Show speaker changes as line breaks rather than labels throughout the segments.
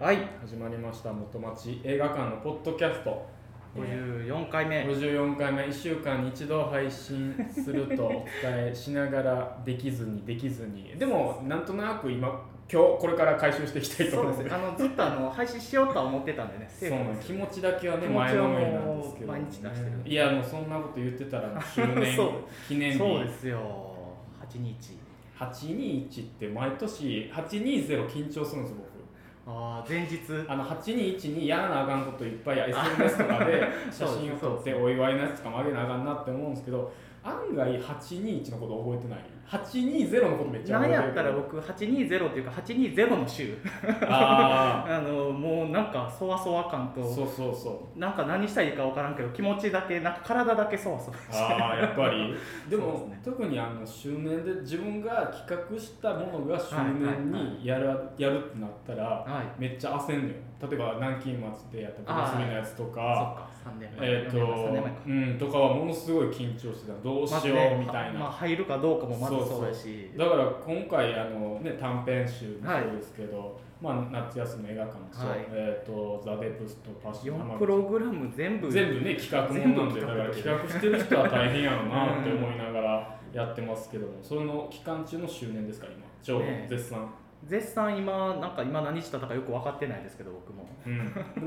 はい始まりました元町映画館のポッドキャスト
54回目、
54回目1週間に一度配信するとお伝えしながらできずにできずにでもなんとなく今今日これから回収していきたいと
そう
思
で
います
すあのずっとあの配信しようとは思ってたんでね
そ
セ
う
ー
な
フ
ん
なん
で
ですす
気持ちだけはね
気持
前
ちは
の
もう
めりなんですけど、ね、
毎日出してる
いやもうそんなこと言ってたら周年
そう
記念日
そうですよ8日
821って毎年820緊張するんです僕
ああ前日
あの821にやらなあかんこといっぱい SNS とか で写真を撮ってお祝いのやつとかもあげなあかんなって思うんですけど案外821のこと覚えてない820のことめっちゃ
なん
覚えて
や
る
ったら僕820っていうか820の週
あ
あのもうなんかそわ そわ感
あ
と
そうそうそう
なんか何したらいいか分からんけど気持ちだけなんか体だけそわそわして
ああやっぱりでも
そうですね
特にあの周年で自分が企画したものが周年にやる,、やるってなったら
はい
めっちゃ焦んのよ例えば南京松でやった
あー
娘のやつと
そっ
か
か3年前
えっ、
四年前三年
と
前か、
うん、とかはものすごい緊張してたどうし
まず
よ
ね
うみたいな、
まあ、入るかどうかもまずそうやし
だから今回あの、ね、短編集もそうですけど、まあ、夏休みの映画館もそう、
はい
えっ、と「ザ・デプスとパッション
4
浜
プ
口」
ログラム全部
全部ね企画もんなんでだ
全部企
か
画
ら企画してる人は大変やろうなって思いなが らやってますけども、その期間中の周年ですから今ちょうど
ね
絶賛、
絶賛今なんか今何したかよく分かってないですけど僕も
うん、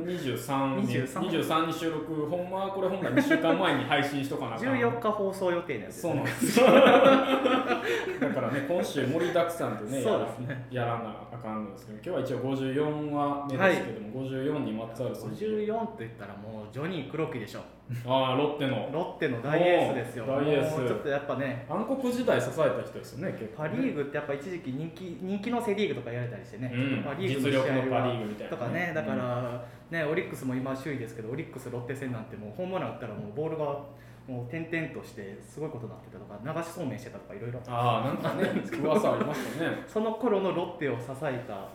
23, に
23
23に収録ほんまはこれ本来2週間前に配信しとかなあかん
14日放送予定なんです
そうなん
ね
ですよだからね今週盛りだくさんでね
そうですね
やらやらなあかんのですけど今日は一応54話目ですけども、54にまつわる数字
54と言ったらもうジョニー黒木でしょ
ああロッテの
ロッテの大エースですよ
おー大エース
もうちょっとやっぱね
暗黒時代支えた人ですよね結構
パ・リーグってやっぱ一時期人気人気のセ・リーグとかやれたりしてね、
うん
パ・リーグ
実
の試
力
合
のパ・リ
は
ーグみたいな
とかねだからねオリックスも今首位ですけどオリックスロッテ戦なんてもうホームラン打ったらもうボールがもう点々としてすごいことになってたとか流しそうめんしてたとかいろいろ
ああなんかね噂ありました ね
その頃のロッテを支えた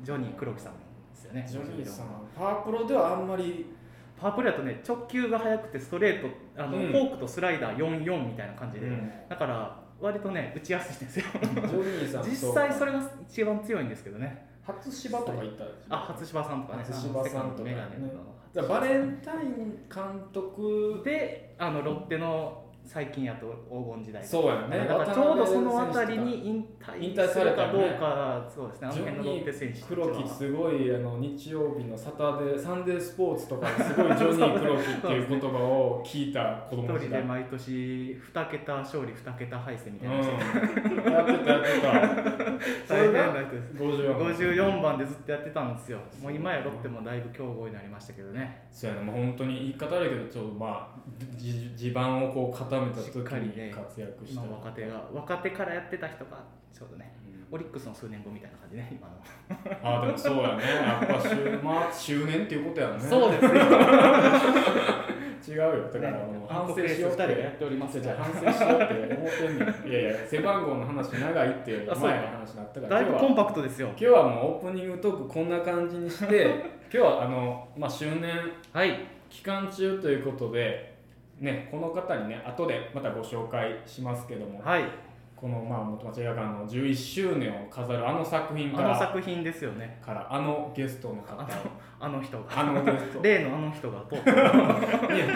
ジョニー黒木さんですよね
ジョニーさんパワープロではあんまり
パワープロだとね直球が速くてストレートあの、
うん
フォークとスライダー44みたいな感
う
じ
ん
で、だから割とね打ちやすいんです よ
ジョニーさんと
実際それが一番強いんですけどね
初芝とか行ったんですよ
あ初芝さんとかね
初芝さんとかね
あの世界のメガネの
じゃあバレンタイン監督
であのロッテの最近やと黄金時代
そうやね
だからちょうどその辺りに引退
引退さ
す
れ
る
た
か
よ
ど
ね
うか、そうですねあの
ジョ
辺のロ
ニ
ッテ選手
ー
たちは
黒木すごいあの日曜日のサタデーサンデースポーツとかですごいジョニー黒木っていう言葉を聞いた子
一
供時
人で
代。うん
毎年2桁勝利2桁敗戦みたいな、
やってたやってた。そ
大
れ
変
が
な人です
54番。
54番でずっとやってたんですよもう今やロッテもだいぶ強豪になりましたけどね
そうやな、まあ、本当に言い方あるけどちょっとまあじ地盤をこう固めた時
しっかり
に
ね
活躍した。
今若手が若手からやってた人がちょうどね
うん
オリックスの数年後みたいな感じね今の
ああでもそうやね。やっぱ終まあ周年っていうことやね。
そうです よ
違うよだから、あの反省しようって
ておりま
じゃあ反省しようって思ってんね んいやいや背番号の話長いって前の
あそうか
話になったから
だい
今
ぶ
日
コン
は
パクトですよ
今日はもうオープニングトークこんな感じにして 今日はあの、まあ、周年
はい
期間中ということで、ね、この方にね後でまたご紹介しますけども、
はい
この、まあ、元町映画館の11周年を飾るあの作品
あ
か
の
ら
作品ですよね
からあのゲストの方
あのあの人が
あのゲス ト
例のあの人が 通った
いや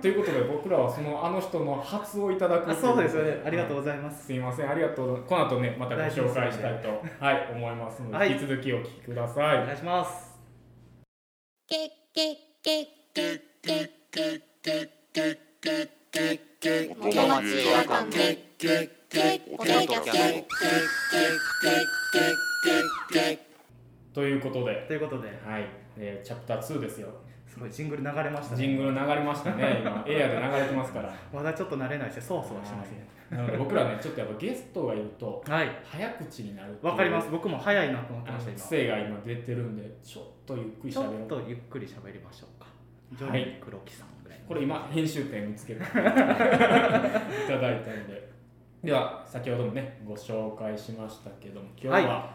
ということで僕らはそのあの人の初をいただく
あそうですよねありがとう
う
ございます
すいませんありがとうこの後ねまたご紹介したいと、はい思いますので、
はい
引き続きお聞きくださ
お
い
願いします
元町映画館でお手とキャン
ということで
ということで
はい、えーチャプター2ですよ
すごいジングル流れましたね
ジングル流れました ね今エアで流れてますから
まだちょっと慣れないしそわそわしてますね
なので僕らねちょっとやっぱゲストがいると
はい
早口になるっていう
わかります。僕も早いなと思って
あ
ました
の
今。
癖が今出てるんでちょっとゆっくり
ち
しゃ
ょ
べろ
っ
う
とゆっくり喋りましょうか。ジョ
は
ニ
い
ー・黒木さんぐらい。
これ今編集点見つけ ていただいたのででは先ほどもねご紹介しましたけども今日は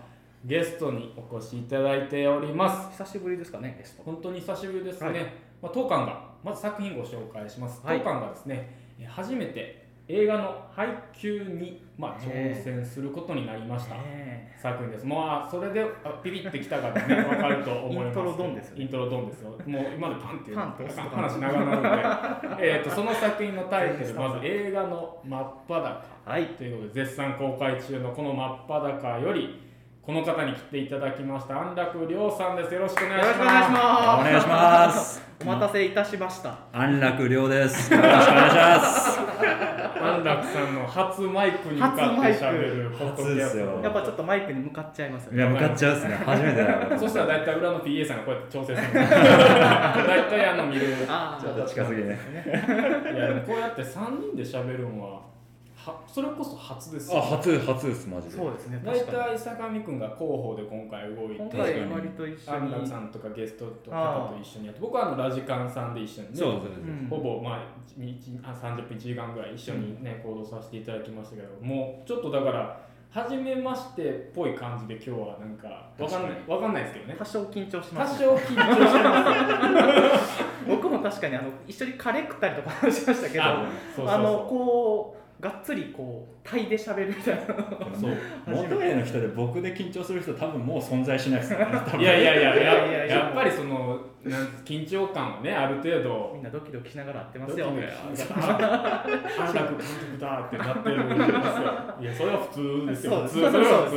ゲストにお越しいただいております
久しぶりですかね、ゲスト。
本当に久しぶりですね、
はい
まあ、当館がまず作品ご紹介します、
はい
当館がですねえー初めて映画の配給に、まあ、挑戦することになりました、
ね
作品です。まあそれであピピってきたかがね分かると思います。
イントロドンですよね
イントロドンですよ。もう今までパンっていう
パンって押すとか
話長なるん で、えっとその作品のタイトルまず映画の真っ裸
はい
ということで絶賛公開中のこの真っ裸よりこの方に来ていただきました安楽亮さんです。よろしくお
よ
願い
ろし
し
くお願いし
ま
ます
お願いします
お待たせいたしました
安楽亮ですよろしくお願いします
す。安楽さんの初マイクに向かって喋るポッドキャス
初マイク初ですよ
ト。
やっぱちょっとマイクに向かっちゃいますよ
い
ね
や向かっちゃうっすね初めてだよ
そしたら大体裏の PA さんがこうやって調整するん ですよ。大体あの見る。
あ
ちょっと近すぎてね
いやでもこうやって3人で喋るんははそれこそ初です
あ初初ですマジで
そうですね
大
確か
体坂上くんが広報で今回動い
に今
て
確か
回
に
割と一緒
安楽
に
さんとかゲストとかと一緒にやって僕はあのラジカンさんで一緒にね
そうそうそう
うん
ほぼまあ1 30分1時間ぐらい一緒にね行動させていただきましたけどもうちょっとだから初めましてっぽい感じで今日はなんかわかんない
確
わかんないですけどね
多少緊張し
多
ます
少緊張します
僕も確かにあの一緒にカレー食ったりとか話しましたけ
け
ど
ど
あ
そうそうそう
のこうがっつりこうタイで喋るみたいな
そう
元への人で僕で緊張する人多分もう存在しないですね多分
いやいやいや
いやい
や
やいや
やっぱりそのなん緊張感をねある程度
みんなドキドキしながらやってま
ド
す
キ
よ
ドキしながら安楽監督だってなってるんですよいやそれは普通ですよ普通そ
そ
れ
うです
は普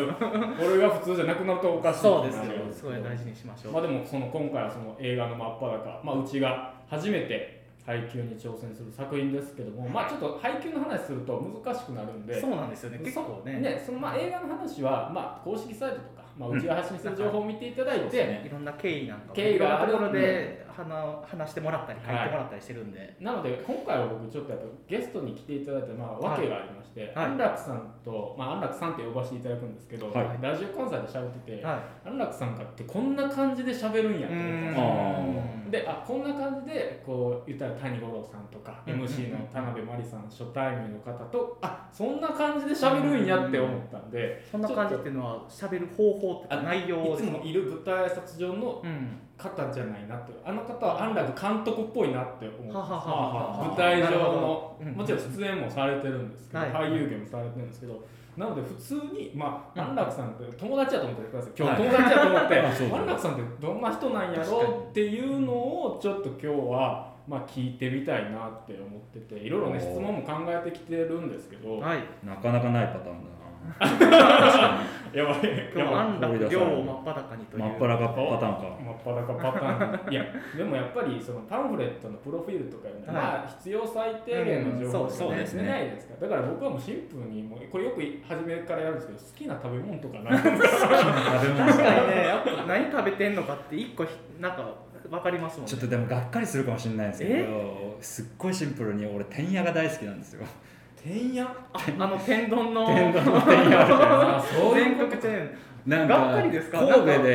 通これが普通じゃなくなるとおかしい
そうですよすごい大
事
事にしましょう
まあでもその今回はその映画の真っ裸まあうちが初めて配給に挑戦する作品ですけどもまあちょっと配給の話すると難しくなるんで
そうなんですよね結構ね
ねそのまあ映画の話はまあ公式サイトとかまあうちが発信する情報を見ていただいて、
いろんな経緯なんかも
経緯がある
いろんなところで話話してもらったり書い
はい
てもらったりしてるんで、
なので今回は僕ちょっとやっぱゲストに来ていただいたまあ
はい
訳がありまして、
はい
安楽さんと、まあ、安楽さんって呼ばせていただくんですけど、
はい
ラジオコンサートで喋ってて、
はい
安楽さんかってこんな感じで喋るんやと思ったん
うーん
ですよであこんな感じでこう言ったら谷五郎さんとか、
うん
MC の田辺真理さん初対面の方とあそんな感じで喋るんやって思ったんで、
そんな感じっていうのは喋る方法とか
あ
内容
いつもいる舞台挨拶上の
うん、
方じゃないなってあの方は安楽監督っぽいなって思うんです
ははははは
舞台上
なるほ
の
どうん
もちろん出演もされてるんですけど、
はい
俳優業もされてるんですけどなので普通に、まあ、
うん
安楽さんって友達だと思ってください今日
は
友
い
達だと思 って、
あそうそう
安楽さんってどんな人なんやろうっていうのをちょっと今日は、まあ、聞いてみたいなって思ってていろいろね
おー
質問も考えてきてるんですけど
はい
なかなかないパターン
やばい
今日は安楽量を真っ
掘り出さない
裸にと
だ
いう
な真っ裸パターンか
真っ裸パターンいやでもやっぱりそのパンフレットのプロフィールとかいうのは、
はい
まあ、必要最低限の情報
うんそう
そうですね
出ないですからだから僕はもうシンプルにもうこれよく初めからやるんですけど好きな食べ物とかなんです か
食べ物
確かにねやっぱ何食べてんのかって一個ひなんか分かりますもんね
ちょっとでもがっかりするかもしれないんですけどすっごいシンプルに俺天野が大好きなんですよ
てんや
ああの天丼の
天丼の天野みたいな
あそういう
全
こと
国チェーン
なん
がっかりですか
神戸で
なんか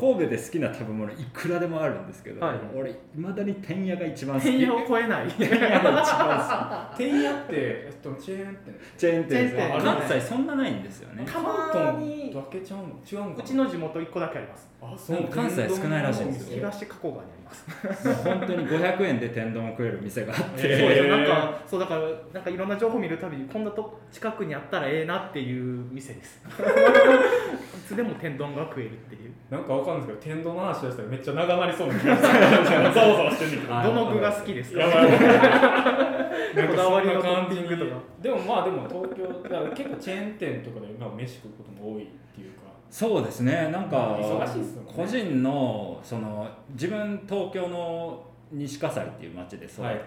神戸で好きな食べ物いくらでもあるんですけど、
はい
俺いまだに天野が一番好き
天野を超えない
天野が一番
てんやってえっとチェーン店
好きチェーン店です
チェーン店
関西そんなないんですよね
たま
関
に
東だけちゃうの違うんか
う
な
ちの地元一個だけあります
あそう
なんか関西少ないらしいんですよ
東加古川にあります
もう本当に500円で天丼を食える店があって、
へー
そうですよなんかそうだからなんかいろんな情報見るたびにこんなと近くにあったらええなっていう店ですいつでも天丼が食えるっていう
なんかわかんないですけど天丼の話出したらめっちゃ長なりそうな気がす るざわざわしてんねんけど
あ
どの具が好きですか
やばい
こだわりのトッピングとか
でもまあでも東京だから結構チェーン店とかでまあ飯食うことも多いっていうか
そうですねなん
ま
か
あ忙しいっすもんね
個人のその自分東京の西葛西っていう町で育って、
はい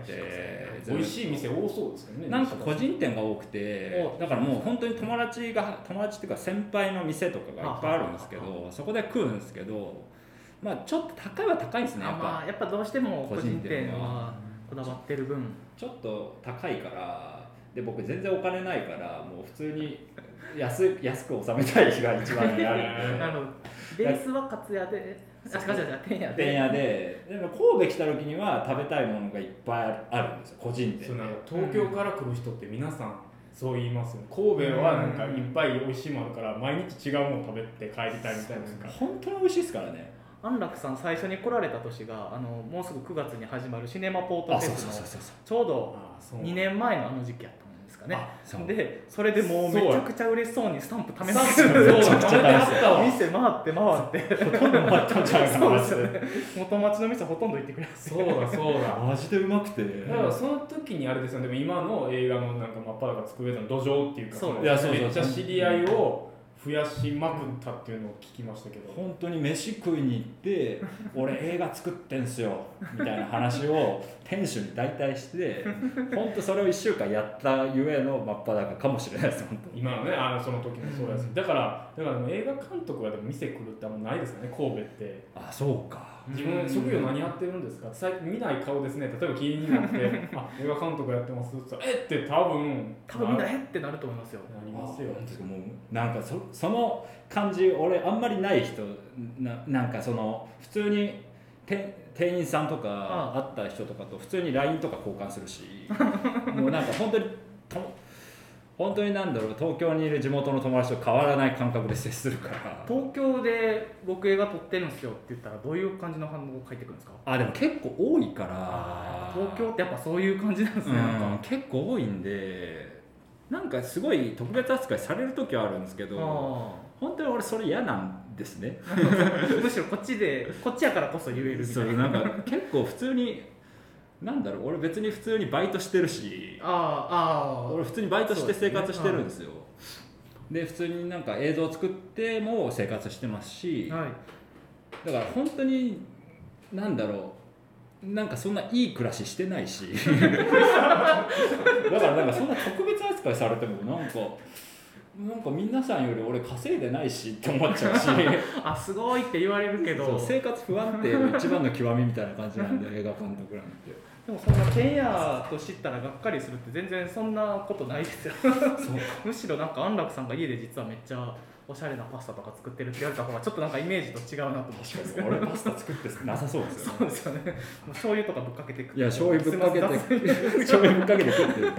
ず
美
っと
味しい店多そうですけどね
なんか個人店が多くてだからもう本当に友達が友達っていうか先輩の店とかがいっぱいあるんですけ
あ
どそこで食うんですけどまあちょっと高いは高いですねや
あ
っ
ま
ぱ
あやっぱどうしても
個
個
人
人
店
店
は
はこだわってる分
ちょっと高いからで僕全然お金ないからもう普通に安い安く収めたい日が一番にあるん で
あのベースはカツ屋であ違う違う違う天屋
店
で
屋ででも神戸来た時には食べたいものがいっぱいあるんですよ個人
そう
店で
なんか東京から来る人って皆さんそう言いますよね神戸はなんかいっぱい美味しいもんあるから毎日違うもの食べて帰りたいみたいななんか
本当に美味しいですからね
安楽さん最初に来られた年があのもうすぐ9月に始まるシネマポートフェスの
うそう
ちょうど
あそう
2年前のあの時期やったもんかね
あ
そう
でそれでもう
そう
めちゃくちゃ嬉しそうにスタンプ貯めま
ス
す
タンプ
よ
そう
店
貯めてあったわ
回って回って
ほとんど回ったんじゃないか
そう
な
ですよね元町の店ほとんど行ってくれま す
そうだそうだ
マジでうまくて
だからその時にあれですよねでも今の映画のなんか真っ裸つく上での土壌っていうか
そう
の
いやそうそう
めっちゃ知り合いを増やしまくったっていうのを聞きましたけど
本当に飯食いに行 って「俺映画作ってんすよ」みたいな話を店主に代替 して本当それを1週間やったゆえの真っ裸かもしれないです本当に
今のねあのその時もそうやしだからだからもう映画監督がでも店来るってあんまないですよね神戸って
あそうか
自分職業何やってるんですか最近見ない顔ですね例えば気にな って「あ映画監督やってます」って言ったら「えっ?」て多分
多分
な
だえってなると思いますよ
なりますよ
あ本当ですかもうなんかそその感じ俺あんまりない人ななんかその普通にて店員さんとか
あ
会った人とかと普通に LINE とか交換する しもうなんか本当にと本当になんだろう東京にいる地元の友達と変わらない感覚で接するから
東京で僕映画撮ってるんですよって言ったらどういう感じの反応が返ってくるんですか
あでも結構多いから
東京ってやっぱそういう感じなんですね、なん
うん
か
結構多いんでなんかすごい特別扱いされる時はあるんですけど
あ
本当に俺それ嫌なんですね
ーむしろこっちでこっちやからこそ言えるみた
そう
いな
なんか結構普通になんだろう俺別に普通にバイトしてるし
あーあ
俺普通にバイトして生活してるんですよで普通になんか映像作っても生活してますし
ーはい
だから本当になんだろうなんかそんないい暮らししてな いしだからなんかそんな特別扱いされてもなんかなんか皆さんより俺稼いでないしって思っちゃうし
あすご いって言われるけど
そう生活不安定の一番の極みみたいな感じなんで映画監督なんて。
でもそんなケンヤと知ったらがっかりするって全然そんなことないです よむしろなんか安楽さんが家で実はめっちゃおしゃれなパスタとか作ってるって言われた方がちょっとなんかイメージと違うなと思ってます
俺パスタ作ってなさそうですよ、
そうです よねもう醤油とかぶっかけていく
いや醤油ぶっかけて
すい ません
醤油ぶっかけて食ってる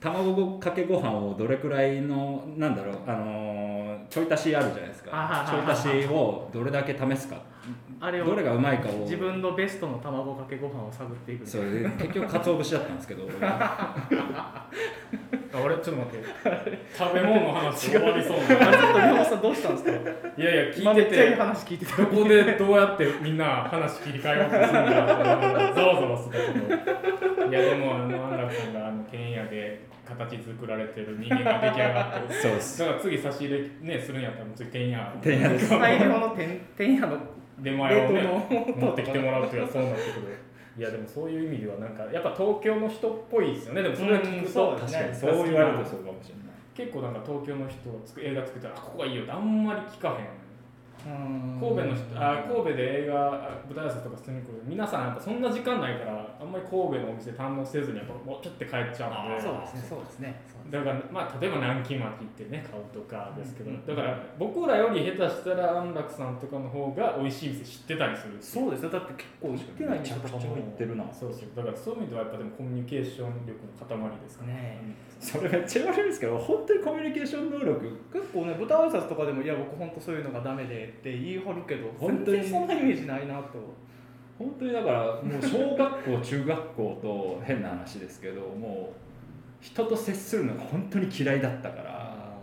卵かけご飯をどれくらいのなんだろうあのーちょい足しあるじゃないです
あは
か
は
ちょ
ははい
足しをどれだけ試すか
あれ
どれ
を
がうまいかを
自分のベストの卵かけご飯を探っていくみた
そ
いな
う結局鰹節だったんです けど俺は
あ俺ちょっと待って食べ物の話終わりそうな
あちょっと宮本さんどうしたんですか
いやい や
今
聞い
め
て
っちゃいい
て
話聞いてた
どこでどうやってみんな話切り替えようとするんだろうざわざわするけどいやでもあの安楽さんがあの剣屋で形作られてる人間が出来上がってる
そうです
だから次差し入れねするんやったらもう次剣屋
てんやです
大量のてんてんやの
出
冷
前を
凍
ね
の
持ってきてもらうというのはそうなってくるいやでもそういう意味ではなんかやっぱ東京の人っぽいですよねでもそれ聞くと
うん確
確か
か
に
に
そう言われるとそうかもしれない
結構なんか東京の人をつく映画作ったらあここがいいよってあんまり聞かへん
神
神戸の人あ神戸で映画あ舞台挨拶とかするに来る皆さんやっぱそんな時間ないからあんまり神戸のお店堪能せずにやっぱもうちょっと帰っちゃうんで
そうですねそうですねそうですね
だからまあ例えば南京町行ってね買うとかですけど、だから僕らより下手したら安楽さんとかの方が美味しい店知ってたりするっていう
そうですよだって結構行ってない
めち
人
ゃ
と
く
か
ちゃ
も
言ってるな
そうそうだからそういう意味ではやっぱでもコミュニケーション力の塊ですかね
ね
それめっちゃ言われるんですけど本当にコミュニケーション能力
結構ね舞台挨拶とかでも「いや僕本当そういうのがダメで」って言い張るけど
本
本
当
当
に
にそんなイメージないなと
本当にだからもう小学校中学校と変な話ですけど もう人と接するのが本当に嫌いだったから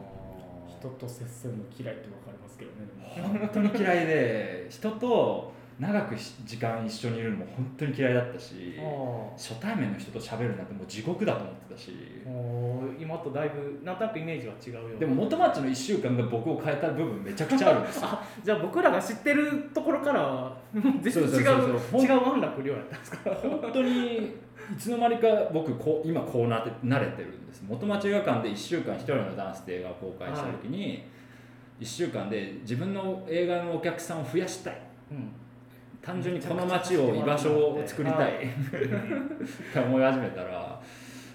人と接するの嫌いって分かりますけどねでも
本当に嫌いで人と長くし時間一緒にいるのも本当に嫌いだったし
あ
初対面の人と喋るなんてもう地獄だと思ってたし
あもう今とだいぶなんとなくイメージは違うよ
でも元町の1週間が僕を変えた部分めちゃくちゃあるんですよ
じゃあ僕らが知ってるところから は全然違
そうそうそう
う
そう
違う安楽寮やったんですか
本当にいつの間にか僕こう今こうなって慣れてるんです元町映画館で1週間一人のダンスで映画を公開した時に、一1週間で自分の映画のお客さんを増やしたい
うん
単純にこの街を居場所を作りたいって思い始めたら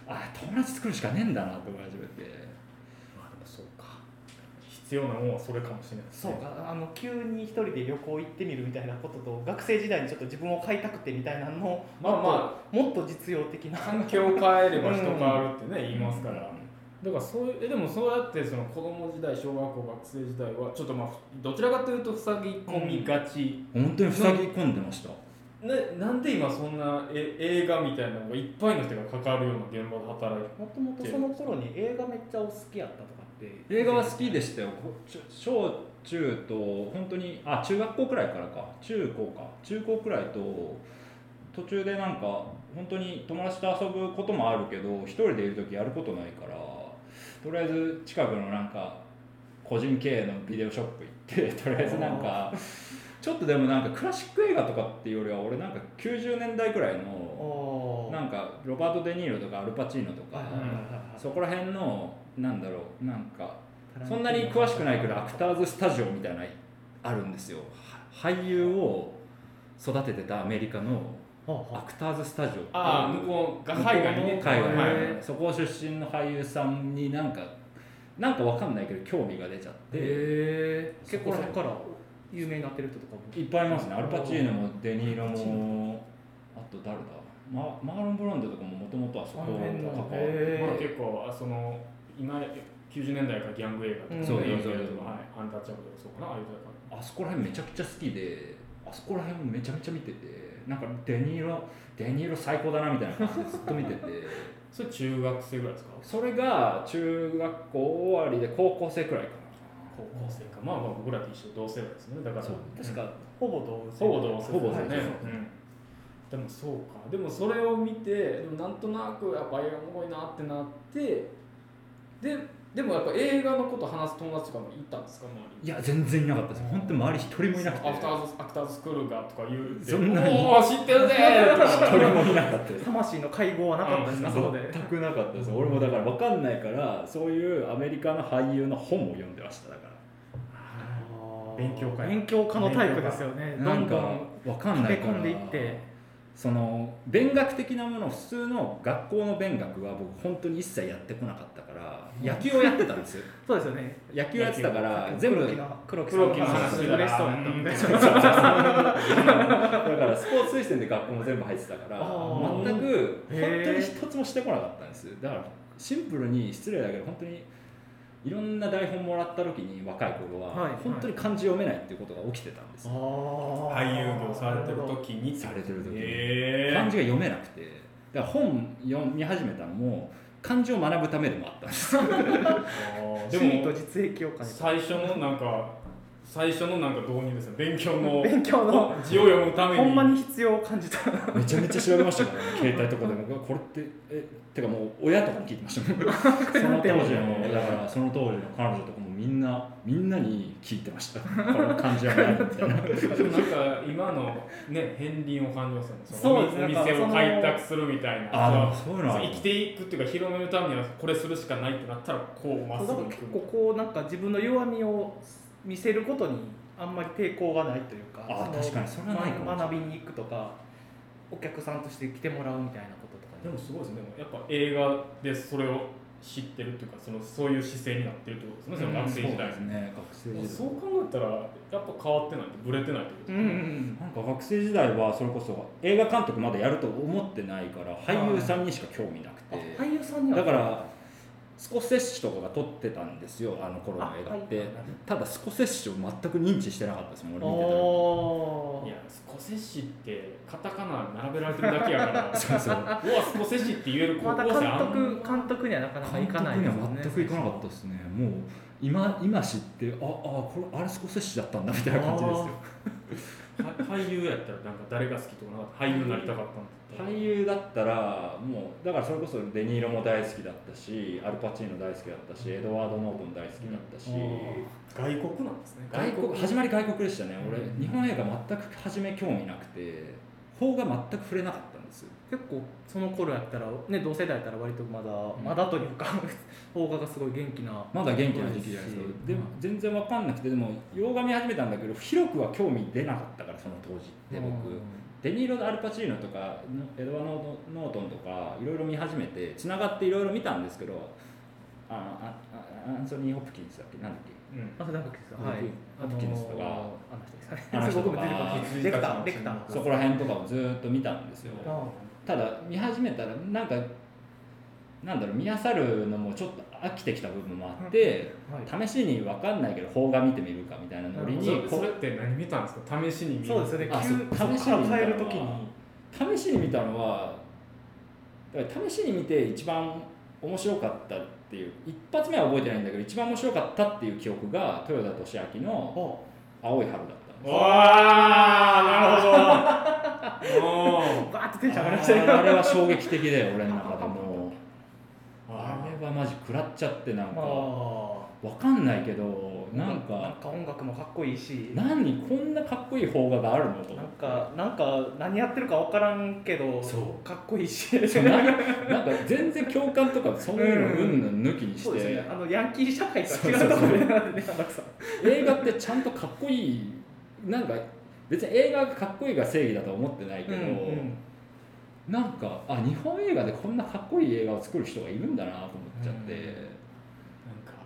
あ友達作るしかねえんだなって思い始めて
まあでもそうか必要なもんはそれかもしれないです
そ
ね
うかあの急に一人で旅行行ってみるみたいなことと学生時代にちょっと自分を変えたくてみたいなのを
まあま
あもっと実用的な
環境を変えれば人変わるってね、言いますから、
うん
だからそういうえでもそうやってその子供時代小学校学生時代はちょっとまあどちらかというと塞ぎ込みがち、
本当に塞ぎ込んでました
ね、なんで今そんなえ映画みたいなのがいっぱいの人が関わるような現場で働いて
もともとその頃に映画めっちゃお好きやったとかって
映画は好きでしたよこちゅ小中と本当にあ中学校くらいからか中高か中高くらいと途中でなんか本当に友達と遊ぶこともあるけど一人でいる時やることないからとりあえず近くのなんか個人経営のビデオショップ行ってと りあえずなんかちょっとでもなんかクラシック映画とかっていうよりは俺なんか90年代くらいの
おー
なんかロバート・デ・ニーロとかアルパチーノとか、
はいはいはいはい
そこら辺のなんだろうなんか
タランティーノ
そんなに詳しくないけどアクターズ・スタジオみたいなあるんですよは俳優を育ててたアメリカの
はあ
ア
は
クターズ・スタジオっていう
ああ向こうが海外にね
海外、
はい
へ
そこ出身の俳優さんになんかなんかわかんないけど興味が出ちゃっ
あへ
て
え結構そこから有名になってる人とかも
いっぱいいますねアルパチーノもデ・ニーロもあと誰だママーロン・ブランドとかももともとあそこ
あ
関
の
わ
辺
って
の
て
へえ
まあ、結構あその今90年代からギャング映画とか、
うんそう
い
そう
映
そう
画とかはい、アンタッチャブルとかそうかなああいうタイプ
あそこら辺めちゃくちゃ好きであそこら辺もめちゃくちゃ見ててなんかデニーロデニーロ最高だなみたいな感じでずっと見てて
それ中学生ぐらいですか
それが中学校終わりで高校生くらいか
高校生かまあまあ僕らと一緒同世代ですねだから
そう
確かほぼ同世
ほぼ同世代
ほぼ同世代
ね、うん、でもそうかでもそれを見てでもなんとなくやっぱ映画おもろいなってなってででもやっぱ映画のこと話す友達とかもいたんですか周りに
ないや全然いなかったです本当に周り一人もいなくて
アフターズアクターズスクールがとか言うて
そんなに
おお知ってるぜーと
一
か
人もいなかったです
魂の会合はなかったですね、そこで。
全くなかったです俺もだから分かんないからそういうアメリカの俳優の本を読んでましただから
勉強会
勉強家のタイプですよね。ど
なん
ん
か
どん。
わかんないか
駆
ら
け込んでいって
その勉学的なもの普通の学校の勉学は僕本当に一切やってこなかったから野球をやってたんですよ
そうですよね。
野球やってたから
野球
全部
黒木
黒木の話
話嬉し
だ
そう
な
やったんで。
だからスポーツ推薦で学校も全部入ってたから
あー
全く
へー
本当に一つもしてこなかったんですだからシンプルに失礼だけど本当にいろんな台本もらった時に若い頃
はいはい
は本当に漢字読めないっていうことが起きてたんですよ
俳優業
業
されてる時に
されてる時に
え
漢字が読めなくてだから本読み始めたのも漢字を学ぶためでもあったんです
ー
趣味と実益を兼ね
最初のなんか最初のなんか導入ですね勉強の
た。勉強の。
字を読むために
ほんまに必要を感じた。
めちゃめちゃ調べましたから、ね、 携帯とかでもこれってえてかもう親とかに聞いてました もんその当時のだからその当時の彼女とかもみんなみんなに聞いてましたこの漢字はないみ た
でも
いな
なんか今のね片鱗を感じますよね
そうです
お
ね
店
なんかそ
を
の
開拓するみたいな
ああそういうのは
生きていくっていうか広めるためにはこれするしかないってなったらこうまっす
だか
ぐ行
ら
く
結構こうなんか自分の弱みを見せることにあんまり抵抗がないというか。
あ
の
確かにそれはないかも
ま学びに行くとか、お客さんとして来てもらうみたいなこととかに。
でもすごいですねでもやっぱ映画でそれを知ってるっていうかそのそういう姿勢になってるってことですねその学生時代
そうですね学生時代
そう考えたらやっぱ変わってないブレてないってこと
う
です
んうんう
ね
ん。
なんか学生時代はそれこそ映画監督まだやると思ってないから俳優さんにしか興味なく
あ
て、
俳優さんには
だからスコセッシとかが撮ってたんですよあの頃の映画っ
あ
て
はいはい
ただスコセッシを全く認知してなかったですもん俺見てた時
お
いやスコセッシってカタカナ並べられてるだけやからう わス
そうそう
コセッシって言える
ま
高
た
校
監
生あん
督監督にはなかなか
監
行かな
督
い
に
です
は
もんね
全く行かなかったですねもう今今知ってああこれあれスコセッシだったんだみたいな感じですよ
は俳優やったらなんか誰が好きとかなかった俳優になりたかったんだって
俳優だったらもうだからそれこそデ・ニーロも大好きだったしアルパチーノ大好きだったしエドワード・ノートン大好きだったし、
外国なんですね
外国始まり外国でしたね俺、
うん
日本映画全く初め興味なくて邦画全く触れなかったんですよ
結構その頃やったらね同世代やったら割とまだ、まだというか 邦画がすごい元気な
まだ元気な時期じゃないですか
うん
でも全然わかんなくてでも洋画見始めたんだけど広くは興味出なかったからその当時って僕、
うん
デニーロとアルパチーノとかエドワード・ノートンとかいろいろ見始めてつながっていろいろ見たんですけどあああアンソニー・ホプキンスだっけなんだっけ
うん
あとなんか聞いてたはい
ホプキンスとか
あのーあの人ですね
あ の人とか
僕も出てこないレクターレクター
そこら辺とかをずーっと見たんですよ
あ
ただ見始めたらなんかなんだろう見漁るのもちょっと飽きてきた部分もあって、
はい
試しに分かんないけど邦画見てみるかみたいなノリに
それ
こ
それって何見たんですか試しに見る
そうですよね、
あそう
急
試し
そ
に
っ
見
から
たの
変え
は
るときに、
試しに見たのはだから試しに見て一番面白かったっていう一発目は覚えてないんだけど一番面白かったっていう記憶が豊田俊明の
お
「青い春」だったんで
おーなるほどおー
バーってテンシ
す
ョン上がりましたね。
あれは衝撃的だよ俺の中でもうあ
あ
れはマジ食らっちゃってなんか
あ
わかんないけど
ー
なん
なん
か
か音楽もかっこいいし、
何こんなかっこいい邦画があるのと
な
思っ
ん
て
か、なんか何やってるか分からんけど、
そう
かっこいいし、
そう ななんか全然共感とかそういうのうんぬん抜きにし
そうです
て
ね、あのヤンキー社会とは違うところで、ね、安楽さん。
映画ってちゃんとかっこいいなんか別に映画がかっこいいが正義だとは思ってないけど、
うん
なんかあ日本映画でこんなかっこいい映画を作る人がいるんだなと思っちゃって、
うんなんか、うん、なんか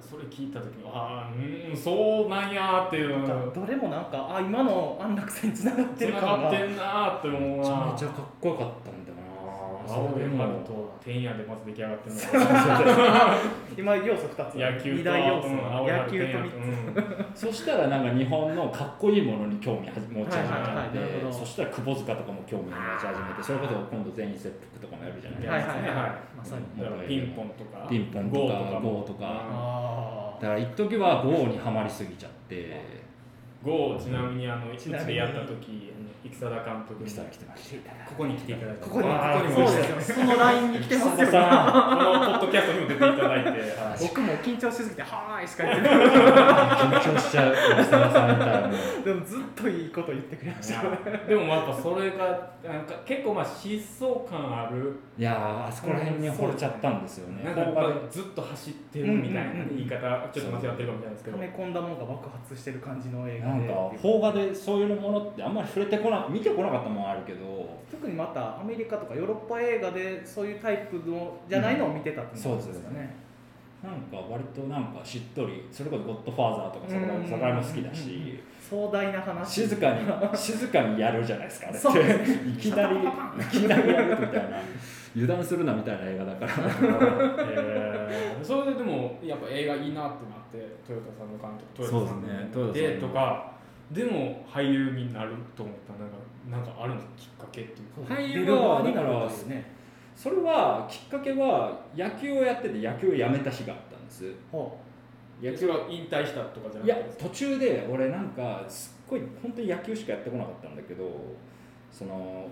それ聞いた時にああうんそうなんやーっていう
なんかどれもなんか、あ、今の安楽さんに繋がっ
つ
てる
なが
感が。
ってんなーって思う
めちゃ
な
めちゃかっこよかったん
あ
だな
ー青
それ
で
も
丸と天やでまず出来上がってるのが
今、要素2つ、
野球と
二大要素、
うん青い
野
春
球
天
と
や
3つ。
うん
そしたらなんか日本のかっこいいものに興味始め持ち始め
はいはい
はいなる
て
ほど
そしたら窪塚とかも興味を持ち始めてそれこそ今度全員切腹とかもやるじゃない
はいはい
は
はいい、まさに。
だからピンポンとか
ピンポンとか
ゴ
ゴ
ー
ーと
と
か
かも
あ
だから一時は豪にはまりすぎちゃって
ゴーちなみにあのうち
ちなみ
で
に
やった時あの戦田監督に
来た来てました
ここに来ていただいて
ここに、
あー
ここに
こ
そ
こ
う
に
ですよね、そのラインに来てま
こ
すよ、ね。
さ
このポッドキャストにも出ていただいてはい
僕も緊張しすぎて、はーいしか言ってない。
緊張しちゃう木更さんみたいな
でもずっといいこと言ってくれましたよね。
でもやっぱそれがなんか結構まあ疾走感ある
いやーあそこら辺に惚れちゃったんですよね
なんか
邦画
や
で
っぱずっと走ってるみたいな言い方ちょっと間違ってるかもしれないですけ
溜
ど
め込んだものが爆発してる感じの映画
なん
で
か邦画でそういうものってあんまり触れてこな見てこなかったもんあるけど
特にまたアメリカとかヨーロッパ映画でそういうタイプのじゃないのを見てたっていうのがあ
うん
るんですかね、
なんか割となんかしっとりそれこそ「ゴッドファーザー」とか
うん
そこら辺も好きだし
壮大な話
静かに 静かにやるじゃないですかあれ
そう
っていきなりいきなりやるみたいな油断するなみたいな映画だ から
えーそれででもやっぱ映画いいなってなって豊田さんの監督豊田さん
そう
の
ですね
で
豊田さんの
とかでも俳優になると思ったなんかなんかあるのきっかけっていうか
俳
ビ
優
ルボ
が
ード
だ
に
か
なる
ら
というね
それはきっかけは野球をやってて野球をやめた日があったんです
ほ
野
そ
球
れは引退したとかじゃないく
や
てですか
途中で俺なんかすっごい本当に野球しかやってこなかったんだけどその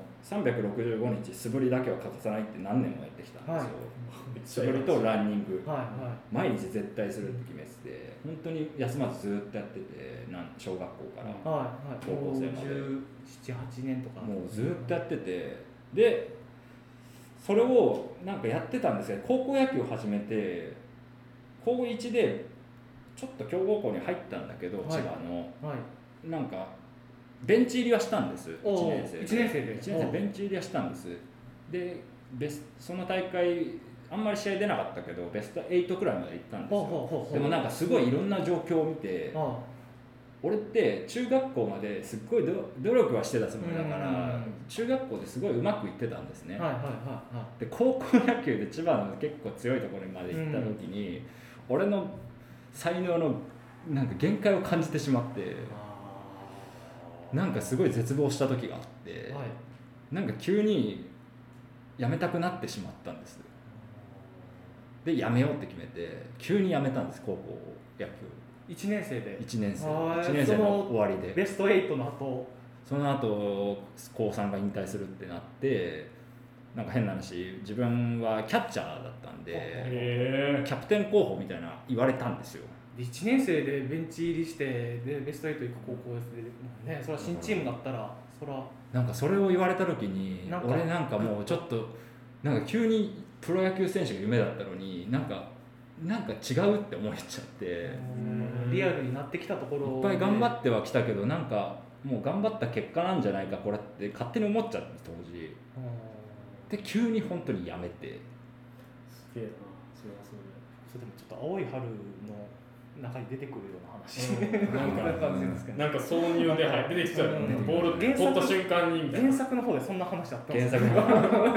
365日素振りだけは欠かさないって何年もやってきたんですよ、
はい
めっち
素
ゃ
振
やり
り
と
とランニング
うはいは
毎日絶対するって決めてて本当に休まずずっとやっててなん小学校から
いはいはい
高校生まで
1718年とか
もうずっとやっててでそれをなんかやってたんですけど高校野球を始めて高1でちょっと強豪校に入ったんだけど、
はい
千葉の
はい
なんかベンチ入りはしたんです
おう
1年生で
一年生で
一年
お
生
う
ベンチ入りはしたんですでベスその大会あんまり試合出なかったけどベスト8くらいまで行ったんです
ほう
よ
ほうほうほう
でもなんかすごいいろんな状況を見て
あ
俺って中学校まですっごいど努力はしてたつもりだか
うんうんう
ら
ん
中学校ですごいうまくいってたんですね、
あはいはいはいは
で高校野球で千葉の結構強いところにまで行った時に、俺の才能のなんか限界を感じてしまって
い
なんかすごい絶望した時があって、
はい
なんか急に辞めたくなってしまったんですで辞めようって決めて急に辞めたんです高校野球
1年生で
1年生
あー
1年生の終わりで
ベスト8の後
その後高3が引退するってなってなんか変な話自分はキャッチャーだったんで
へ
キャプテン候補みたいな言われたんですよ
1年生でベンチ入りしてでベスト8行く高校でねそれは新チームだったらそれは
なんかそれを言われた時に
なんか
俺なんかもうちょっとなんか急にプロ野球選手が夢だったのになんかなんか違うって思っちゃってい
ん
リアルになってきたところ
っぱい頑張
て
ってはきたけどなんかもう頑張った結果なんじゃないかこれって勝手に思っちゃって当時で急に本当にやめて
すげえなそれはそれ
そうでもちょっと青い春の中に出てくるような話、
うんなんか
こんな感じですけど、
なんか挿入で、はい、出てきちゃう、
うん
ボール取
原
っ
作
た瞬間にみたいな
原作の方でそんな話だったんで
原
すよ
作の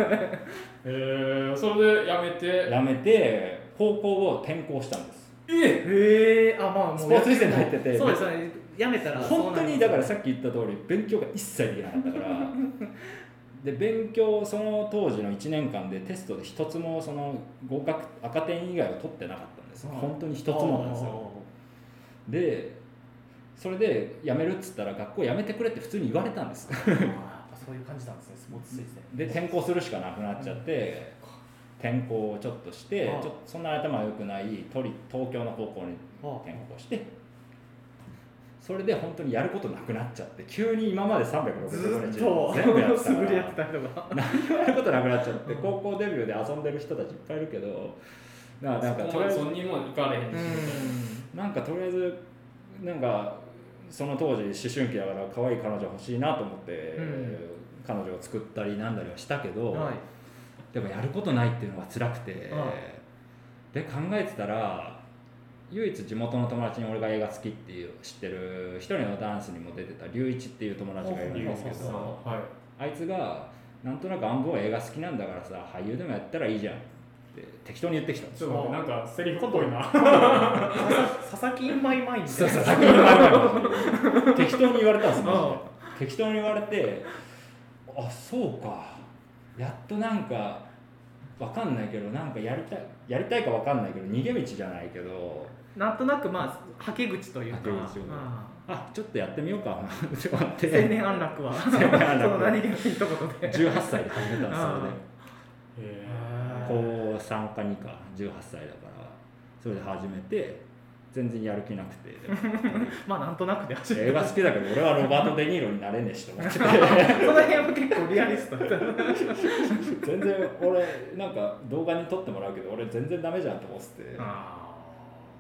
えー、それでやめて
やめて方向を転校したんです
え
へえあまあもう
スポーツ推薦入ってて
そうですよねやめたら
本当にだから
そ
さっき言った通り勉強が一切できなかったから で勉強その当時の1年間でテストで一つもその合格赤点以外は取ってなかったんですよ
うん
本当に一つ
う
も
なん
なんで
ですす
よ
よ
でそれで辞めるっつったら学校辞めてくれって普通に言われた んです
あーやっぱそういう感じなんですねスポーツ推薦
で転校するしかなくなっちゃって転校をちょっとして
ああ
ちょっとそんな頭良くない都立東京の高校に
あ
転校してそれで本当にやることなくなっちゃって急に今まで
ずー
365
っ
日
と
全部やっ
素
てたか
振りやって
ら
た人が
やることなくなっちゃって高校デビューで遊んでる人たちいっぱいいるけどななんか
そことま
りあえ
で
ず
そんにも行かれへんし、
なんかとりあえずなんかその当時思春期だから可愛い彼女欲しいなと思って、
うん
彼女を作ったりなんだりはしたけど、
はい
でもやることないっていうのが辛くて、
は
で考えてたら唯一地元の友達に俺が映画好きっていう知ってる一人のダンスにも出てた龍一っていう友達がいるん
龍
ですけ
介さん
ど
は
あいつがなんとなく暗号は映画好きなんだからさ俳優でもやったらいいじゃんって適当に言ってきた
い
んです
ちょ
よ
っと待ってなんかセリフっぽいな
佐々木インマイマイン
そうそう、先適当に言われたんですよ。適当に言われて、あ、そうか。やっとなんか、わかんないけど、なんかやりたい、やりたいかわかんないけど、逃げ道じゃないけど、
なんとなくまあはけ口という か、
はけ口を
まあ
あ、ちょっとやってみようかなって思っ
青
て、
年安楽は
年安楽は
その何気ない一言で
18歳で始めたんですよね。
え
高3か2か、18歳だから、それで始めて、全然やる気なくて、
まあなんとなくで走る
映画好きだけど、俺はロバート・デ・ニーロになれねえしと思って。
その辺は結構リアリストだった
全然俺なんか動画に撮ってもらうけど俺全然ダメじゃんと思ってて
あ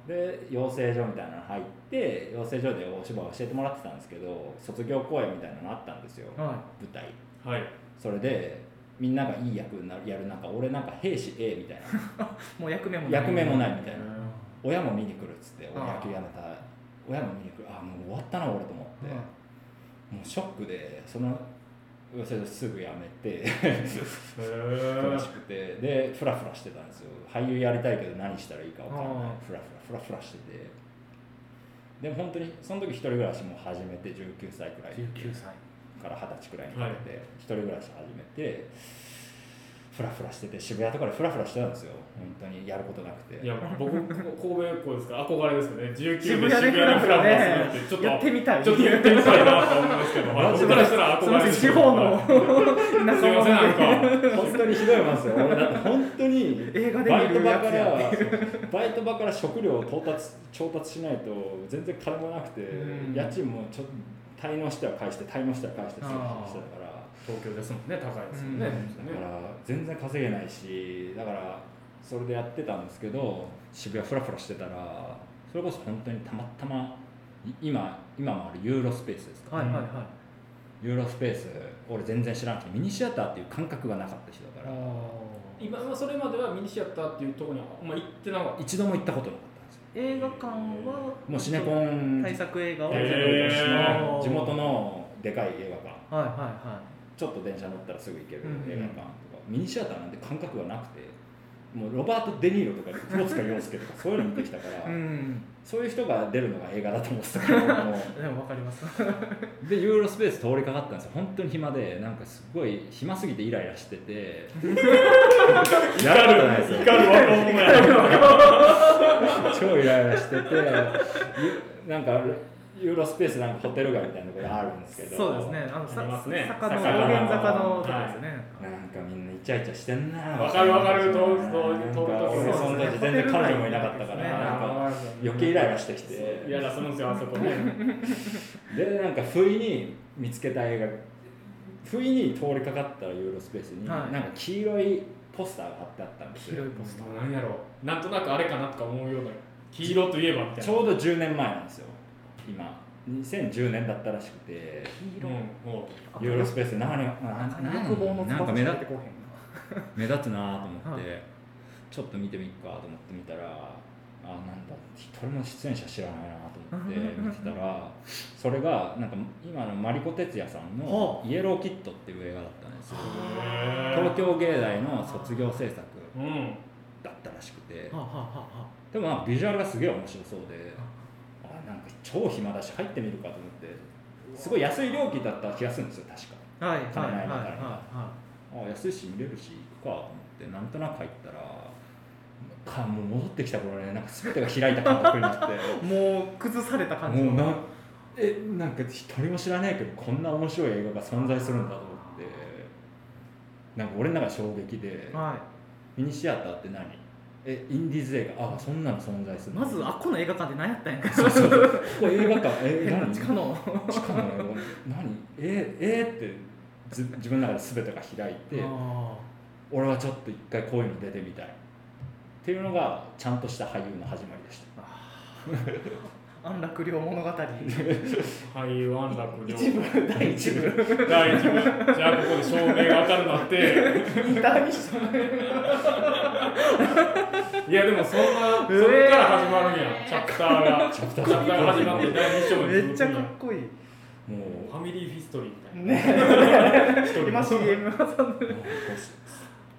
で養成所みたいなの入って養成所でお芝居教えてもらってたんですけど卒業公演みたいなのあったんですよ
ーはい
舞台
ーはい
それでみんながいい役になるやる中俺なんか兵士 A みたいな
もう役目もない
役目もないみたいな
うん
親も見に来るっつって俺
あー
野球やめた親も見に来るあーもう終わったな俺と思って、
うん
もうショックでその養成所すぐ辞めて
へ
悔
ー
しくてでフラフラしてたんですよ俳優やりたいけど何したらいいか分からない
あ
フラフラフラフラしててでも本当にその時一人暮らしも始めて19歳くらい
19歳
から20歳くらいにかけて一人暮らし始めてフラフラしてて渋谷とかでフラフラしてたんですよ本当にやることなくて
いや僕神戸っ子ですから憧れですよね19で渋
渋谷
谷
で
でフ
フラ
ラ
フ
フ
ラ
ラ
ね
するってちょっと
やってみたい
ちょっとやってみたい なと思うんですけど、はい僕からしたら憧
すみま
れ
せん
です
地
よ。
方の
はい
田
すいません、なん
舎の
か。
本当にひどいもんですよ俺だって本当に
映画で
バイ
見
ト
る
場
や
か
つや
らバイト場から食料を到達調達しないと全然金もなくて、
うん
家賃もちょっと滞納しては返して滞納しては返してする感じだから
東京ですもんね、高いですもんね。
うん
だから全然稼げないしだからそれでやってたんですけど渋谷フラフラしてたらそれこそ本当にたまたまい今今もあるユーロスペースですか、
はいはいはい
ユーロスペース俺全然知らなくてミニシアターっていう感覚がなかった人だから
今はそれまではミニシアターっていうところにはあんま行ってなかっ
一度も行ったことなかったんですよ
映画館は
もうシネコン
対策映画を
へ
の
ー
地元のでかい映画館
はいはいは
ちょっと電車乗ったらすぐ行ける
うんうん
映画館とか、ミニシアターなんて感覚がなくてもうロバート・デ・ニーロとか黒塚洋介と かそういうの見てきたから、
いうん
そういう人が出るのが映画だと思ってたか らも
でもわかります
うでユーロスペース通りかかったんですよ本当に暇でなんかすごい暇すぎてイライラし ててやることないですよ
た。光る若者や。
超イライラしててゆなんかユーロスペースなんかホテル街みたいなところがあるんですけど
そうですねあのさ
ありますね
坂の
坂の
道玄坂のとこですね、
なんかみんなイチャイチャしてんな
わかるわかる
なんか
そうそう
俺その時全然彼女もいなかったか
ね
ら、なんか余計イライラしてきて
いやだ、そのんですよ、あそこ ね。
でなんか不意に見つけた映画不意に通りかかったらユーロスペースに、
はい
なんか黄色いポスターが貼ってあったんです
黄色
よ
いポスター
なんやろう。なんとなくあれかなとか思うような。黄色といえばみたい
ち
な。
ょうど10年前なんですよ今2010年だったらしくて
黄
う
色
ん、も
ユーロスペース何が何
欲望の
なんか目立って
こうへんな
目立つなと思って、
は
ちょっと見てみっかと思ってみたらあなんだ一人も出演者知らないなと思って 見てたらそれがなんか今のマリコ哲也さんの「イエローキット」っていう映画だったんですよ東京芸大の卒業制作
うん
だったらしくて
はあはあはあは
でもなんかビジュアルがすげえ面白そうであなんか超暇だし入ってみるかと思ってすごい安い料金だった気がするんですよ確か
あはいはいは
金
い
ないみたいな
は
あ安いし見れるしいいかと思ってなんとなく入ったらかもう戻ってきた頃ねなんか全てが開いた感覚になって
いもう崩された感じ
もうなえなんか一人も知らないけどこんな面白い映画が存在するんだと思ってなんか俺の中で衝撃で
は
ミニシアターって何えインディーズ映画あそんなの存在す
い
る
まずあっこの映画館で何やったんやか
そうそうそうここ映画館え
変な
何
地下の
地下の映画何ええってず自分の中で全てが開いて
あ
俺はちょっと一回こういうの出てみたいっていうのがちゃんとした俳優の始まりでした
ー 安楽寮物語
俳優安楽
一
両
部第 一部
第一部じゃあここで照明が当たるなって
インターミッション
いやでもそんなそこ
えー
から始まるんやチャプターがチャプタ
ター
ーが始まって第2章に
めっちゃ
続くん
か
や
っこいい
もう
ファミリーヒストリーみたいな
ね
一人
今 CM 挟んで
も
あ
うこ
じゃ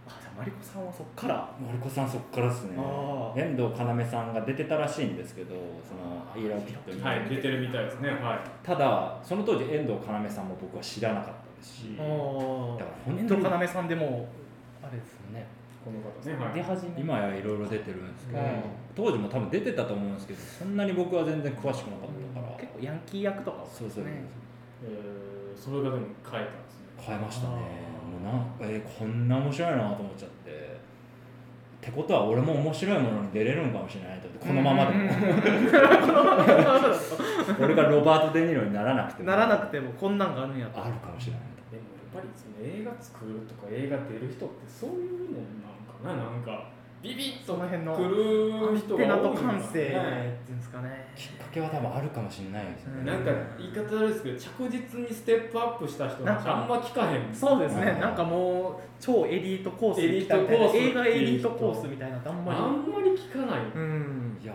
あマリコさんはそっから
う森子さんそっからですね
あー
遠藤要さんが出てたらしいんですけどその「イラピットに」
はい出てるみたいですねはい
ただその当時遠藤要さんも僕は知らなかったですし
あ
あ
だから
あ
本
遠
当
藤
に
要さんでもうあれですよね
この方ねは
出
い
始め
今やいろいろ出てるんですけど、
うん
当時も多分出てたと思うんですけどそんなに僕は全然詳しくなかったから、
結構ヤンキー役とか
そうそう
ね
えーそれがでも変えたんですね
変えましたねもうなんえーこんな面白いなと思っちゃってってことは俺も面白いものに出れるんかもしれないと思ってこのままで
うん
も
このままだと
俺がロバート・デ・ニーロにならなくても
ならなくてもこんなんがあるんやと
あるかもしれないと
でもやっぱりその映画作るとか映画出る人ってそういうのなんかななんかビビッ
そ
と
の辺の
くる人が
ア
多い
ンテナと
んだ
感性ってい
ね
うんですかね
きっかけは多分あるかもしれないですよね、
なんか言い方悪いですけど着実にステップアップした人なんてあんま聞かへん
そうですね
うん
なんかもう超エリートコースみたいな
エリートコース
映画エリートコースみたいなのって
あ
あん
ん
まり
まり聞かない
うん
いやーなん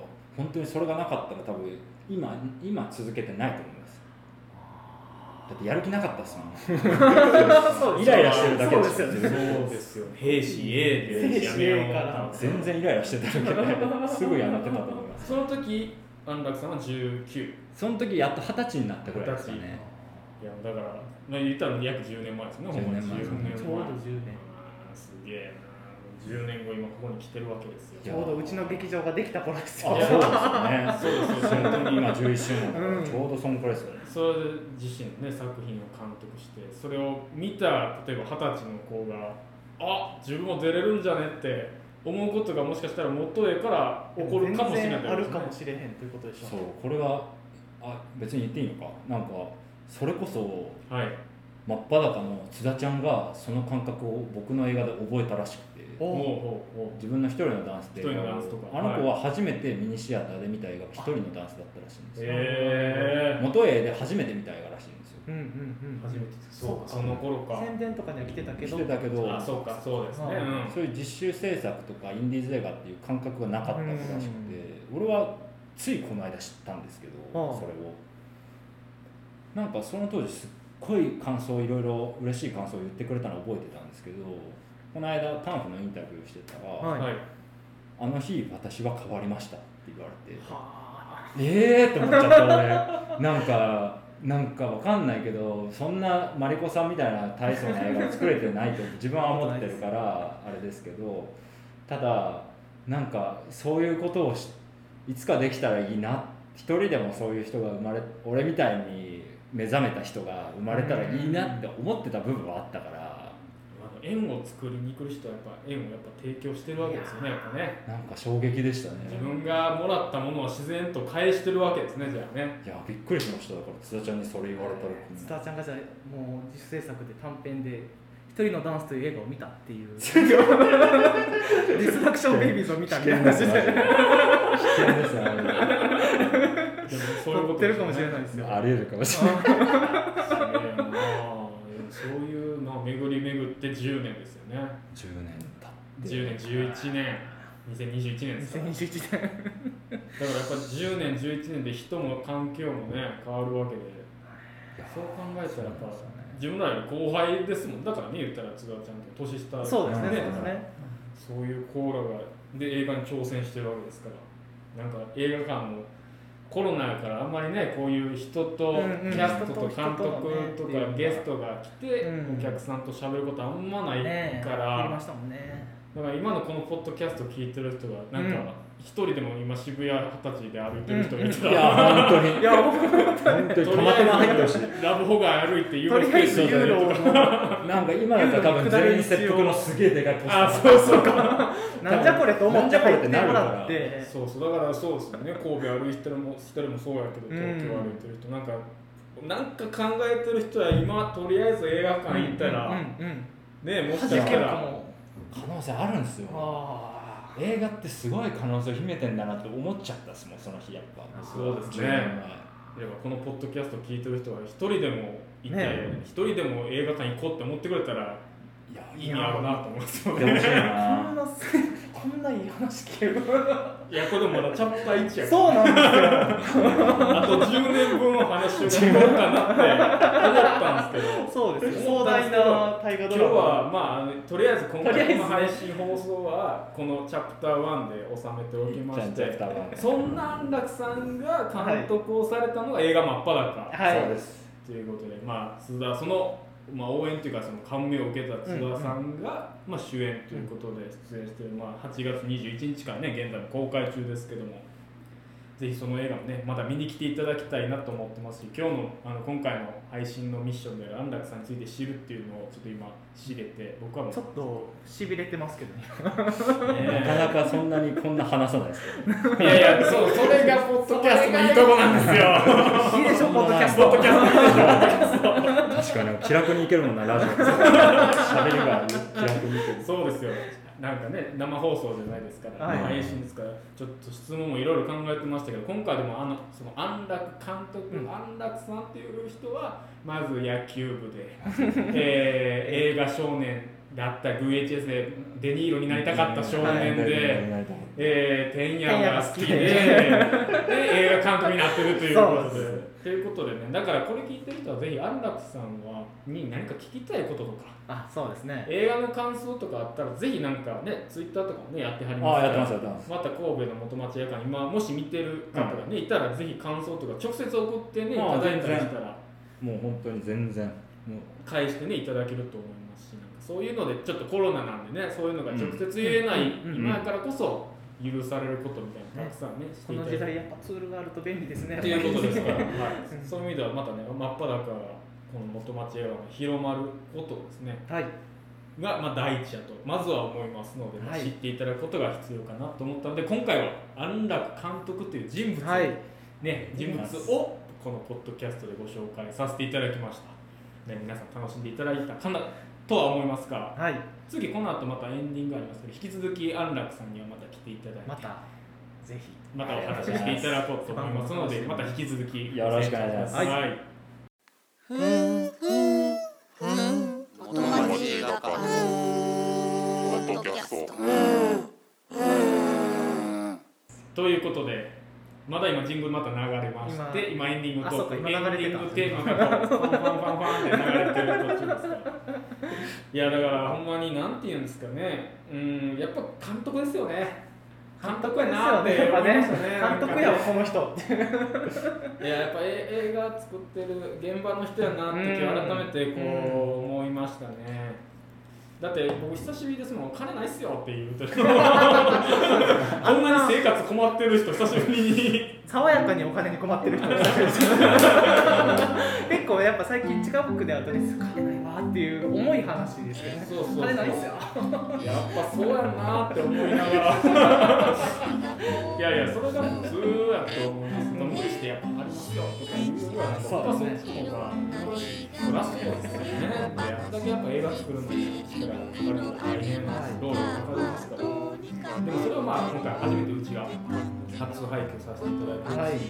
か本当にそれがなかったら多分今今続けてないと思いますだってやる気なかったっすもんイライラしてるだけ
そうですよね
そうですよ兵士 A で
兵士 A から
全然イライラしてただけですぐやめてたと思います
その時安楽さんは19
その時やっと二十歳になったぐらいですかね
いやだから、まあ、言ったら約10年前ですねほんまに
10年前
10年前
ちょうど10年
あーすげえな10年後今ここに来てるわけですよ
い
ち
や
ょうどうちの劇場ができた頃です
い
よ
あ
や
そうですよ
そうですそう
ね
です
本当に今11周年だから、
うん
ちょうどそんくらいですよね
それ自身のね作品を監督してそれを見た例えば二十歳の子があ自分も出れるんじゃねって思うことがもしかしたら元へから起こるかもしれない
全然あるかもしれへんということでしょ
そうこれはあ別に言っていいのかなんかそれこそ
はい
真っ裸の津田ちゃんがその感覚を僕の映画で覚えたらしくて
ほう
お
ほうほう
自分の一人のダンスっていう
一人
の
の
を
ダンスとか
あの子は初めてミニシアターで見た映画が一人のダンスだったらしいんですよ
え
元映で初めて見た映画らしいんですよ
うんうんうん
ー、初めてそう
そう
か
か
その頃か
宣伝とかには来てたけど
してたけど
あそうかそうですね、
あ
うん
そういう実習制作とかインディーズ映画っていう感覚がなかったらしくて俺はついこの間知ったんですけど
ああ
それをなんかその当時すっごい感想いろいろ嬉しい感想を言ってくれたのを覚えてたんですけどこの間タンフのインタビューしてたら「
はい
はい
あの日私は変わりました」って言われて
は
ええー、って思っちゃった俺なんかなんかわかんないけどそんなマリコさんみたいな大層な映画を作れてない と自分は思ってるからあれですけどただなんかそういうことをしいつかできたらいいな一人でもそういう人が生まれ俺みたいに目覚めた人が生まれたらいいなって思ってた部分はあったから
あの縁を作りに来る人はやっぱ縁をやっぱ提供してるわけですよねやっぱね
なんか衝撃でしたね
自分がもらったものを自然と返してるわけですねじゃあね
いやびっくりしましただから津田ちゃんにそれ言われたら
い津田ちゃんがじゃあもう自主制作で短編で「一人のダンス」という映画を見たっていうディストラクションベイビーズを見たみたいな
危
話
険
で
ですね危険ですねあれ
でもそういう
撮
こ
っ
と
てるかもしれない
い
ですよ
あり得るかもしれない。
あ
そういう、まあ、巡り巡って10年ですよね
10年経っ
10年11年2021年ですからだか
2021年
らやっぱ10年11年で人も環境もね変わるわけでそう考えたらやっぱ自分らより後輩ですもんだからね言ったら違うちゃんと年下
そうですね
うん
そうですね
そういうコーラがで映画に挑戦してるわけですからなんか映画館もコロナからあんまりねこういう人とキ
うんうん
ャストと監督
人
と
とね
かゲストが来て
うん
お客さんと喋ることあんまな
ね
いか
あり
ら
ましたもんね
だから今のこのポッドキャスト聞いてる人がなん
うん
か一人でも今渋谷二十歳で歩いてる人がいた
いや
ら
本当に
いや僕
本当にたまたま入ってほしい
ラブホが歩いてユー
と
ロス
り
ペ
あ
ー
えず
ス
ユーロを
なんか今だったら多分全員切腹のすげえでかいポスター
あそうそう
なんじゃこれと思って入ってもら
な
っ
ん
て
じ
そうそうだからそうですよね神戸歩いてるもしてるもそうやけど
うん
東京歩いてる人、なんかなんか考えてる人は今とりあえず映画館行ったら、
うんうんうん
ねもしか
弾
し
け
た
るからも
可能性あるんですよ
あ
映画ってすごい可能性を秘めてんだなって思っちゃったっすもんその日やっぱ
そうですね
10
い
年
やこのポッドキャスト聞いてる人は一人でも行って
ね
一人でも映画館行こうって思ってくれたら
前
い
い
いんやろうなと思いますよ
や行
ね
ってほしい
あ
な
こんなすこんないい話聞ける
いやこれでもまだチャプター1や
そうなんで
あと10年分の話を聞こうかなって思ったんですけど
すよそうですよ壮大な大河
今
ド
日
ラマ
はまああのとりあえず今
とりあえず
回
ね
の配信放送はこのチャプター1で収めておきまし
ちゃんと
て
蓋が
そんな安楽さんが監督をされたのが映画「真っ裸」
はい
そうです
ということでまあ津田その、まあ、応援というかその感銘を受けた津田さんが、まあ、主演ということで出演してる、まあ、8月21日からね現在も公開中ですけどもぜひその映画もねまだ見に来ていただきたいなと思ってますし今日のあの今回の配信のミッションである安楽さんについて知るっていうのをちょっと今知れて僕はもう
ちょっとしびれてますけどね
なか
ね
なかそんなにこんな話さないですけど
いやいやそうそれがポッドキャストのいいとこなんですよ
いいでしょポッドキャス
ポッド
ト
キャスト
確かに気楽にいけるもんなラジオって喋りが気楽にいける
そうですよ。なんかね、生放送じゃないですから、
はい
配信ですから、ちょっと質問もいろいろ考えてましたけど、今回でもあのその安楽監督、
うん
安楽さんっていう人は、まず野球部で、 えー映画少年だった VHS でデニーロになりたかった少年で。えー、天野が好きで、
てん
で
や
映画監督になってるということ
そう
で
です。
ということでね、だからこれ聞いてる人は、ぜひ安楽さんはに何か聞きたいこととか、
あそうですね
映画の感想とかあったらぜひなんかねツイッターとかもねやってはり
あ
ます
あ
か
やって
ら
ますやってます
また神戸の元町映画館今もし見てる方がね、いたらぜひ感想とか直接送ってねい
ああ
ただいたりし
全然
たら
もう本当に全然もう
返してねいただけると思いますしなんかそういうのでちょっとコロナなんでねそういうのが直接言えない、
うんうん
今やからこそ許されることみたいなのたくさんねして
こ
いた
の
だい
時
て
代やっぱツールがあると便利ですね
っていうことですから、はい
うん、
そういう意味ではまたね真っ裸がこの元町映画が広まることですね
はい
が、まあ、第一やとまずは思いますので、まあ
はい
知っていただくことが必要かなと思ったので今回は安楽監督という人物を、
はい
ね、人物をこのポッドキャストでご紹介させていただきました、ね、皆さん楽しんでいただいたかなとは思いますが
はい
次この後またエンディングありますので引き続き安楽さんにはまた来ていただいて
またぜひ
またお話ししていただこうと思いますのでまた引き続き
よろしくお願いします
はい、
元町映画館ポッドキャスト
ということでまだ今ジングルまた流れまして今エンディングと
あそうか今流
エンデ
れてた
ィングテーマがこうファンファンファンファンって流れてる途中ですから いやだからほんまになんて言うんですかねうんやっぱ監督ですよね監督やなって
やっぱ
思いま
ね
したね
監督やわこの人
いややっぱえ映画作ってる現場の人やなって今日改めてこう思いましたねだって僕久しぶりですもん金ないっすよって言う とこんなに生活困ってる人久しぶりに
爽やかにお金に困ってる人もいたし 結構やっぱ最近近くで会うとね「金ないわ」っていう重い話ですよね
そうそうそう
金ないっすよ
やっぱそうやんなって思いながらいやいやそれが普通やと思います無理してやっぱありますよとか言うよりは
そうです
そっちの方がそらそうですよねあんだけやっぱ映画作るのに力がかかるのが大変な労力がかかりますからでもそれをまあ今回初めてうちが初配給させていただいて
は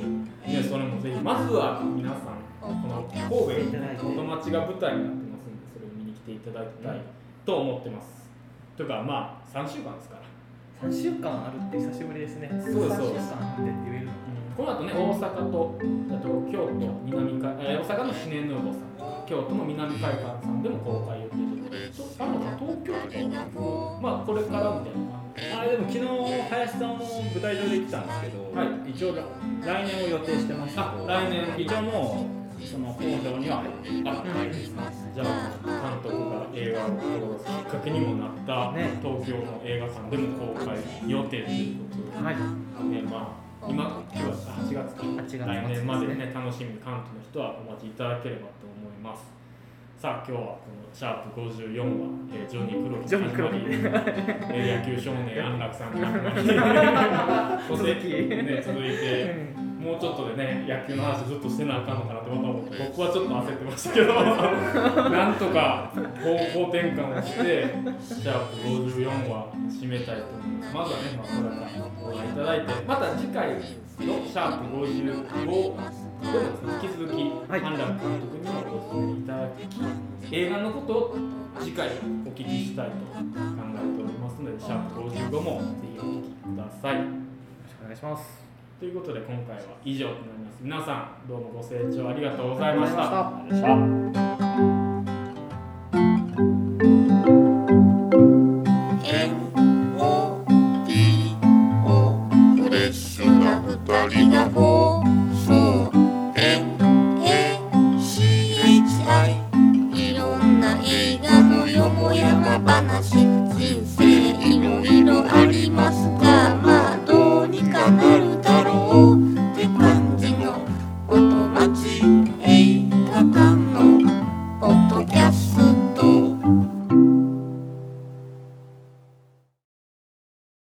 い
いやそれもぜひまずは皆さんこの神戸元町が舞台になってますんでそれを見に来ていただきたいと思ってますというかまあ3週間ですから
3週間あるって久しぶりですね
そうそう
3週間あってって言えるの
この後ね大阪とあと京都南海、えー大阪のシネヌーボーさん京都の南海館さんでも公開予定ということであるのか東京とかもまあこれからみたいな
あでも昨日林さんも舞台上で来たんですけど、
は
一応来年を予定してますけ
あ
ど
来年
一応もうその本上には入ってる
あじゃあ監督が映画を志すきっかけにもなった
ね
東京の映画館でも公開予定ということ
はい
で、ねまあ、今今日は8月か
8月末
来年まで
です
ね楽しみに関東の人はお待ちいただければと思いますさあ今日はこの「シャープ #54 は」えージョニー・クロキ
ジョニー黒木
えー野球少年安楽さんに始まり そし
続き
て、ね、続いて。
うん
もうちょっとでね、野球の話ずっとしてなあかんのかなってまた思って、僕はちょっと焦ってましたけ ど、なんとか方向転換をして、シャープ54は締めたいと思います。まずはね、まあ、これからご覧いただいて、また次回のシャープ55でも引き続き、
はい
安楽監督にもお勧めいただき、映画のことを次回お聞きしたいと考えておりますので、シャープ55もぜひお聞きください。
よろしくお願いします
ということで今回は以上となります皆さんどうもご清聴ありがとうございました
あ
ありがとうございました
フレッシュな二人が放送 NACHI いろんな映画のよもやま話人生